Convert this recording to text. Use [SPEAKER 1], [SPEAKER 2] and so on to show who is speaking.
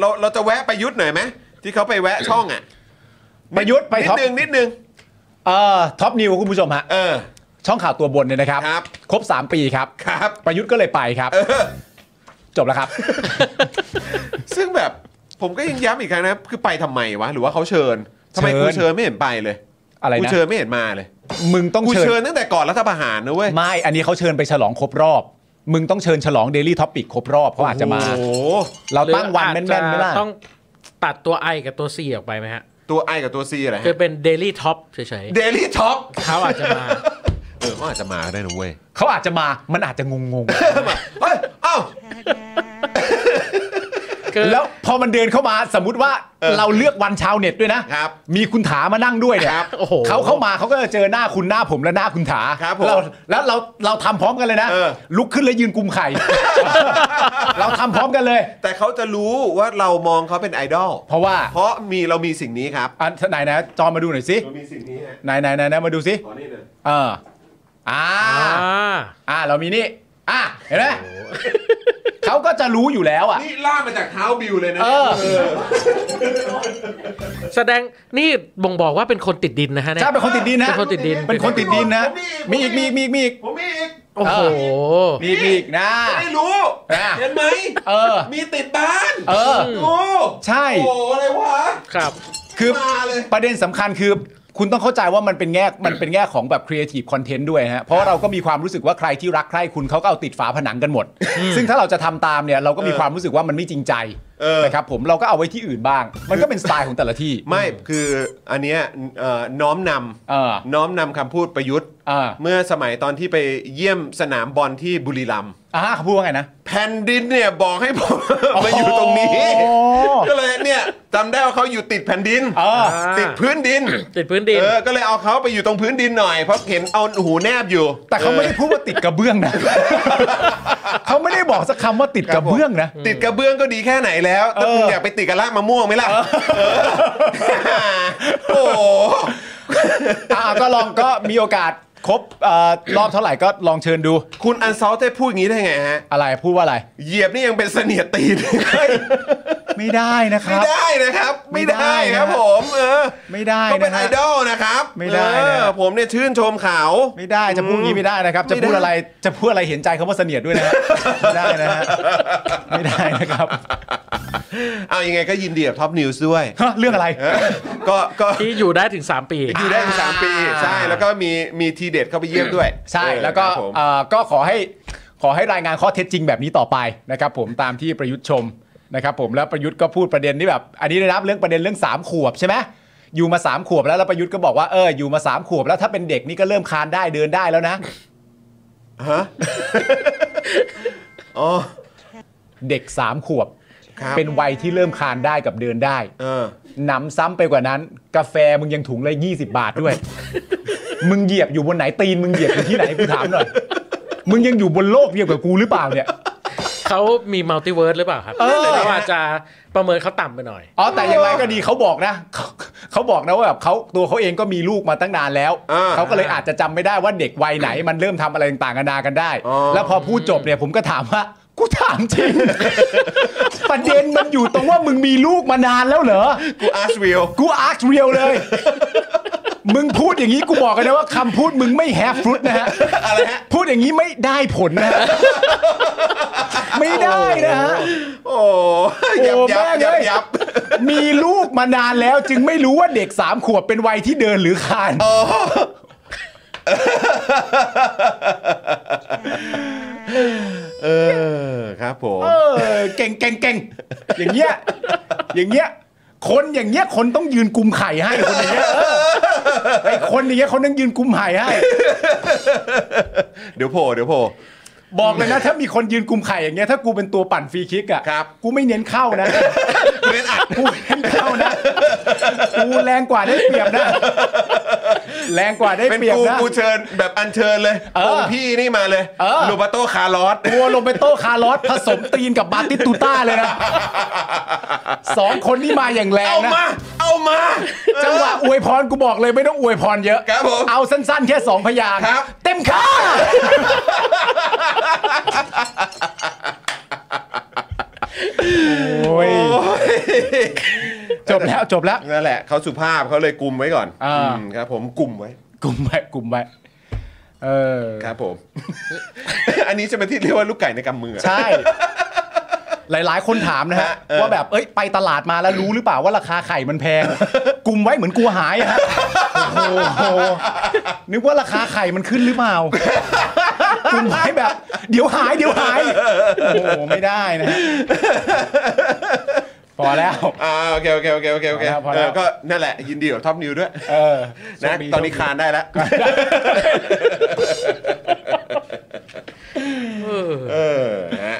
[SPEAKER 1] เราเราจะแวะประยุทธ์หน่อยไหมที่เขาไปแวะช่องอ่ะ
[SPEAKER 2] ประยุทธ์ไป
[SPEAKER 1] นิ
[SPEAKER 2] ท็
[SPEAKER 1] ด
[SPEAKER 2] อป
[SPEAKER 1] นึงนิดนึง
[SPEAKER 2] เอ่อท็อปนิวคุณผู้ชมฮะ
[SPEAKER 1] เออ
[SPEAKER 2] ช่องข่าวตัวบนเนี่ยนะครับ
[SPEAKER 1] ครับ
[SPEAKER 2] ครบ 3 ปีครับ
[SPEAKER 1] ครับ
[SPEAKER 2] ประยุทธ์ก็เลยไปครับ จบแล้วครับ
[SPEAKER 1] ซึ่งแบบผมก็ยังย้ำอีกครั้งนะคือไปทำไมวะ หรือว่าเขาเชิญทำไมกู
[SPEAKER 2] เชิญ
[SPEAKER 1] เชิญไม่เห็นไปเลย
[SPEAKER 2] อะไร
[SPEAKER 1] กู
[SPEAKER 2] นะ
[SPEAKER 1] เชิญไม่เห็นมาเลย
[SPEAKER 2] มึงต้อง
[SPEAKER 1] กู
[SPEAKER 2] เชิญ
[SPEAKER 1] เชิญตั้งแต่ก่อนรัฐประหารนะเว้ย
[SPEAKER 2] ไม่ อันนี้เขาเชิญไปฉลองครบรอบ มึงต้องเชิญฉลอง Daily Topic ครบรอบเขาอาจจะมา
[SPEAKER 1] โอ้โห
[SPEAKER 2] เราตั้งวันแม่นๆ
[SPEAKER 3] ห
[SPEAKER 2] ไห
[SPEAKER 3] รื
[SPEAKER 2] ม่
[SPEAKER 3] ออาจจะ
[SPEAKER 2] ล่ะ
[SPEAKER 3] ต้องตัดตัว I กับตัว C ออกไปไหมฮะ
[SPEAKER 1] ตัวไอกับตัวซีอะไร
[SPEAKER 3] คือเป็น Daily Top เฉย
[SPEAKER 1] เดลี่ท็อป
[SPEAKER 3] ๆเขาอาจจะมา
[SPEAKER 1] เออเขาอาจจะมาก็ได้นะเว้ย
[SPEAKER 2] เขาอาจจะมา มันอาจจะงง
[SPEAKER 1] เฮ้ยเอ้า
[SPEAKER 3] คือ
[SPEAKER 2] ๆ แล้วพอมันเดินเข้ามาสมมุติว่าเราเลือกวันชาวเน็ตด้วยนะ
[SPEAKER 1] ครับ
[SPEAKER 2] มีคุณถามานั่งด้วยเนี่ย
[SPEAKER 1] ครับ
[SPEAKER 3] โอ้โห
[SPEAKER 2] เขาเข้ามาเขาก็จะเจอหน้าคุณหน้าผมและหน้าคุณถา
[SPEAKER 1] ครับผม
[SPEAKER 2] เราแล้วเราเราทำพร้อมกันเลยนะ
[SPEAKER 1] เออ
[SPEAKER 2] ลุกขึ้นแล้วยืนกุมไข่ เราทำพร้อมกันเลย
[SPEAKER 1] แต่เขาจะรู้ว่าเรามองเขาเป็นไอดอล
[SPEAKER 2] เพราะว่า
[SPEAKER 1] เพราะมีเรามีสิ่งนี้ครับ
[SPEAKER 2] อันไหนนะจอมาดูหน่อยสิ
[SPEAKER 1] เรามีสิ่งนี้ฮะ
[SPEAKER 2] ไหนไหนไหนไหนมาดูสิ
[SPEAKER 1] ขอนี่เลย
[SPEAKER 2] เอออ่า
[SPEAKER 3] อ่า
[SPEAKER 2] อ่าเรามีนี่ อ่ะเห็นไหมเขาก็จะรู้อยู่แล้วอ่ะ
[SPEAKER 1] นี่ล่ากมาจากเท้าบิวเลยนะ
[SPEAKER 2] เออ
[SPEAKER 3] แสดงนี่บ่งบอกว่าเป็นคนติดดินนะฮะย
[SPEAKER 2] ใช่เป็นคนติดดินนะ
[SPEAKER 3] เป็นคนติดดิน
[SPEAKER 2] เป็นคนติดดินนะ มีอีกมีอีกมีอีกมีอีก
[SPEAKER 1] ผมมีอีก
[SPEAKER 3] โอ้โห
[SPEAKER 2] มีอีกมีอีกนะ
[SPEAKER 1] จะได้รู้
[SPEAKER 2] อ่ะ
[SPEAKER 1] เห็นไหม
[SPEAKER 2] เออ
[SPEAKER 1] มีติดบ้าน
[SPEAKER 2] เออ
[SPEAKER 1] ดู
[SPEAKER 2] ใช่
[SPEAKER 1] โอ้โหอะไรวะ
[SPEAKER 3] ครับ
[SPEAKER 2] คือ
[SPEAKER 1] มาเลย
[SPEAKER 2] ประเด็นสำคัญคือ คุณต้องเข้าใจว่ามันเป็นแง่ มันเป็นแง่ของแบบครีเอทีฟคอนเทนต์ด้วยนะฮะ เพราะว่าเราก็มีความรู้สึกว่าใครที่รักใครคุณเขาก็เอาติดฝาผนังกันหมด ซึ่งถ้าเราจะทำตามเนี่ยเราก็มีความรู้สึกว่ามันไม่จริงใจ
[SPEAKER 1] เออ
[SPEAKER 2] นะครับผมเราก็เอาไว้ที่อื่นบ้าง มันก็เป็นสไตล์ของแต่ละที่
[SPEAKER 1] ไม่คืออันเนี้ยเอ่อน้อมน
[SPEAKER 2] เออ
[SPEAKER 1] ำน้อมนำคำพูดประยุทธ์
[SPEAKER 2] อ่า
[SPEAKER 1] เมื่อสมัยตอนที่ไปเยี่ยมสนามบอลที่บุรีรัมย์
[SPEAKER 2] อ่าเขาพูดว่าไงนะ
[SPEAKER 1] แผ่นดินเนี่ยบอกให้ผม มาอยู่ตรงนี้
[SPEAKER 2] อ๋อ
[SPEAKER 1] ก็เลยเนี่ยจำได้ว่าเขาอยู่ติดแผ่นดิน
[SPEAKER 2] เออ
[SPEAKER 1] ติดพื้นดิน
[SPEAKER 3] ติดพื้นดิน
[SPEAKER 1] เออ ก็เลยเอาเขาไปอยู่ตรงพื้นดินหน่อย เพราะเห็นเอาหูแนบอยู่
[SPEAKER 2] แต่เขาไม่ได้พูดว่าติดกระเบื้อง นะ เขาไม่ได้บอกสักคำว่าติดกระเบื้องนะ
[SPEAKER 1] ติดกระเบื้องก็ดีแค่ไหนแล้วแต่มึงอยากไปติดกระลากมะม่วงไหมล่ะเออโอ้โห
[SPEAKER 2] อ่าก็ลองก็มีโอกาสครบเอ่อรอบเท่าไหร่ก็ลองเชิญดู
[SPEAKER 1] คุณอันซอลเต้พูดอย่างนี้ได้ไงฮะ
[SPEAKER 2] อะไรพูดว่าอะไร
[SPEAKER 1] เหยียบนี่ยังเป็นเสนียด ตีน
[SPEAKER 2] ไม่ได้นะค
[SPEAKER 1] ไม่
[SPEAKER 2] รับ
[SPEAKER 1] ได้นะครับ ไม่ได้
[SPEAKER 2] ไม่ได้นะ
[SPEAKER 1] ครับผมเออ
[SPEAKER 2] ไม่ได้
[SPEAKER 1] ก็เป็
[SPEAKER 2] นะ
[SPEAKER 1] นไอ
[SPEAKER 2] ฮะ
[SPEAKER 1] ดอลนะครับ
[SPEAKER 2] ไม่ได้นะ
[SPEAKER 1] เออผมเนี่ยชื่นชมเขา
[SPEAKER 2] ไม่ได้จะพูดอย่างนี้ไม่ได้นะครับ จะ
[SPEAKER 1] ไม่ได้
[SPEAKER 2] พูดอะไรจะพูดอะไรเห็นใจคำว่าเสนียดด้วยนะฮะไม่ได้นะฮะไม่ได้นะครับ
[SPEAKER 1] เอายังไงก็ยินดีกับท็อปนิวส์ด้วย
[SPEAKER 2] ฮะเรื่องอะไร
[SPEAKER 1] เออก็ก็
[SPEAKER 3] ที่อยู่ได้ถึง 3 ปี
[SPEAKER 1] อยู่ได้ถึงสามปี ใช่แล้วก็มีมีทีเด็ดเข้าไปเยี่ยมด้วย
[SPEAKER 2] ใช่
[SPEAKER 1] เออ
[SPEAKER 2] แล้วก็
[SPEAKER 1] ครับผม
[SPEAKER 2] เอ่อก็ขอให้ขอให้รายงานข้อเท็จจริงแบบนี้ต่อไปนะครับผมตามที่ประยุทธ์ชมนะครับผมแล้วประยุทธ์ก็พูดประเด็นที่แบบ อันนี้ได้รับเรื่องประเด็นเรื่อง 3 ขวบใช่ไหมอยู่มา 3 ขวบแล้วแล้วประยุทธ์ก็บอกว่าเอออยู่มา 3 ขวบแล้วถ้าเป็นเด็กนี่ก็เริ่มคลานได้เดินได้แล้วนะ
[SPEAKER 1] ฮะ อ๋อ
[SPEAKER 2] เด็ก 3 ขวบ
[SPEAKER 1] ครับ
[SPEAKER 2] เป็นวัยที่เริ่มคลานได้กับเดินได้
[SPEAKER 1] เออ
[SPEAKER 2] หนำซ้ำไปกว่านั้น กาแฟมึงยังถุงละ20 บาทด้วย มึงเหยียบอยู่บนไหนตีนมึงเหยียบอยู่ที่ไหนกูถามหน่อยมึงยังอยู่บนโลกเดียวกับกูหรือเปล่าเนี่ย
[SPEAKER 3] เขามีมัลติเวิร์สหรือเปล่าครับ
[SPEAKER 2] เออ
[SPEAKER 3] เราอาจจะประเมินเขาต่ำไปหน่อย
[SPEAKER 2] อ๋อแต่อย่างไรก็ดีเขาบอกนะ เขาเขาบอกนะว่าแบบเขาตัวเขาเองก็มีลูกมาตั้งนานแล้ว
[SPEAKER 1] อ่า
[SPEAKER 2] เขาก็เลยอาจจะจำไม่ได้ว่าเด็กวัยไหน มันเริ่มทำอะไรต่างๆกันานากันได้
[SPEAKER 1] อ๋อ
[SPEAKER 2] แล้วพอพูดจบเนี่ยผมก็ถามว่ากูถามจริง ประเด็นมันอยู่ตรงว่ามึงมีลูกมานานแล้วเหรอ
[SPEAKER 1] กูอาร์ชวิล
[SPEAKER 2] กูอาร์คเรียล เลย มึงพูดอย่างนี้กูบอกกันนะว่าคำพูดมึงไม่แฮฟรุตนะฮะ
[SPEAKER 1] อะไรฮะ
[SPEAKER 2] พูดอย่างนี้ไม่ได้ผลนะฮะไม่ได้นะฮะ
[SPEAKER 1] โอ้ยับยับ
[SPEAKER 2] แม่ง
[SPEAKER 1] ยับ
[SPEAKER 2] เอ้
[SPEAKER 1] ยับ
[SPEAKER 2] มีลูกมานานแล้วจึงไม่รู้ว่าเด็กสามขวบเป็นวัยที่เดินหรือคลาน
[SPEAKER 1] เออครับผม
[SPEAKER 2] เออเก่งเก่งเก่งอย่างเงี้ยอย่างเงี้ยคนอย่างเงี้ยคนต้องยืนกุมไข่ให้คนอย่างเงี้ยเออไอคนอย่างเงี้ยเขาต้องยืนกุมไข่ให้
[SPEAKER 1] เดี๋ยวโผล่เดี๋ยวโผล่
[SPEAKER 2] บอกเลยนะถ้ามีคนยืนกุมไข่อย่างเงี้ยถ้ากูเป็นตัวปั่นฟรีคิกอ่ะ
[SPEAKER 1] ครับ
[SPEAKER 2] กูไม่เน้นเข้านะ
[SPEAKER 1] เล่นอัด
[SPEAKER 2] กูเน้นเข้านะกูแรงกว่าได้เปรียบนะ แรงกว่าได้
[SPEAKER 1] เป็น
[SPEAKER 2] เปรียบ
[SPEAKER 1] กู
[SPEAKER 2] นะ
[SPEAKER 1] กูเชิญแบบอันเชิญเลย
[SPEAKER 2] เออ
[SPEAKER 1] องค์พี่นี่มาเลย
[SPEAKER 2] เออ
[SPEAKER 1] โรเบาโตคาร์ลอส
[SPEAKER 2] ตัวโรเบโตคาร์ลอสผสมตีนกับบาติสตูต้าเลยนะสองคนนี่มาอย่างแรง
[SPEAKER 1] เอา
[SPEAKER 2] นะ
[SPEAKER 1] มา เอามา
[SPEAKER 2] จังหวะอวยพรกูบอกเลยไม่ต้องอวยพรเยอะ
[SPEAKER 1] ครับผม
[SPEAKER 2] เอาสั้นๆ แค่สองพยางค์
[SPEAKER 1] ครับ
[SPEAKER 2] เต็มค่าโอ้ย
[SPEAKER 1] โอ้ย
[SPEAKER 2] จบแล้วจบแล้ว
[SPEAKER 1] นั่นแหละเขาสุภาพเขาเลยกลุ่มไว้ก่อน
[SPEAKER 2] อ่า
[SPEAKER 1] มครับผมกลุ่มไว้
[SPEAKER 2] กลุ่มไว้กลุ่มไว้เออ
[SPEAKER 1] ครับผม อันนี้ใช่ไหมที่เรียกว่าลูกไก่ในกำมืออะ
[SPEAKER 2] ใช่ หลายๆ คนถามนะฮะ
[SPEAKER 1] เออ
[SPEAKER 2] ว่าแบบเอ้ยไปตลาดมาแล้วรู้หรือเปล่าว่าราคาไข่มันแพง กลุ่มไว้เหมือนกลัวหายอะฮะโอ้โหนึกว่าราคาไข่มันขึ้นหรือเปล่ากลุ่มไว้แบบ เดี๋ยวหายเดี๋ยวหายโอ้โหไม่ได้นะฮะพอแล้ว
[SPEAKER 1] อ่าโอเคโอเคโอเคโอเคโอเค
[SPEAKER 2] พอ
[SPEAKER 1] เอ
[SPEAKER 2] แล้วพอแล้ว
[SPEAKER 1] อก็นั่นแหละยินดีกับท็อปนิวด้วย
[SPEAKER 2] เออ
[SPEAKER 1] นะ
[SPEAKER 2] โชคดี
[SPEAKER 1] ตอนนี้คานได้แล้ว
[SPEAKER 3] เออ
[SPEAKER 1] เออนะฮะ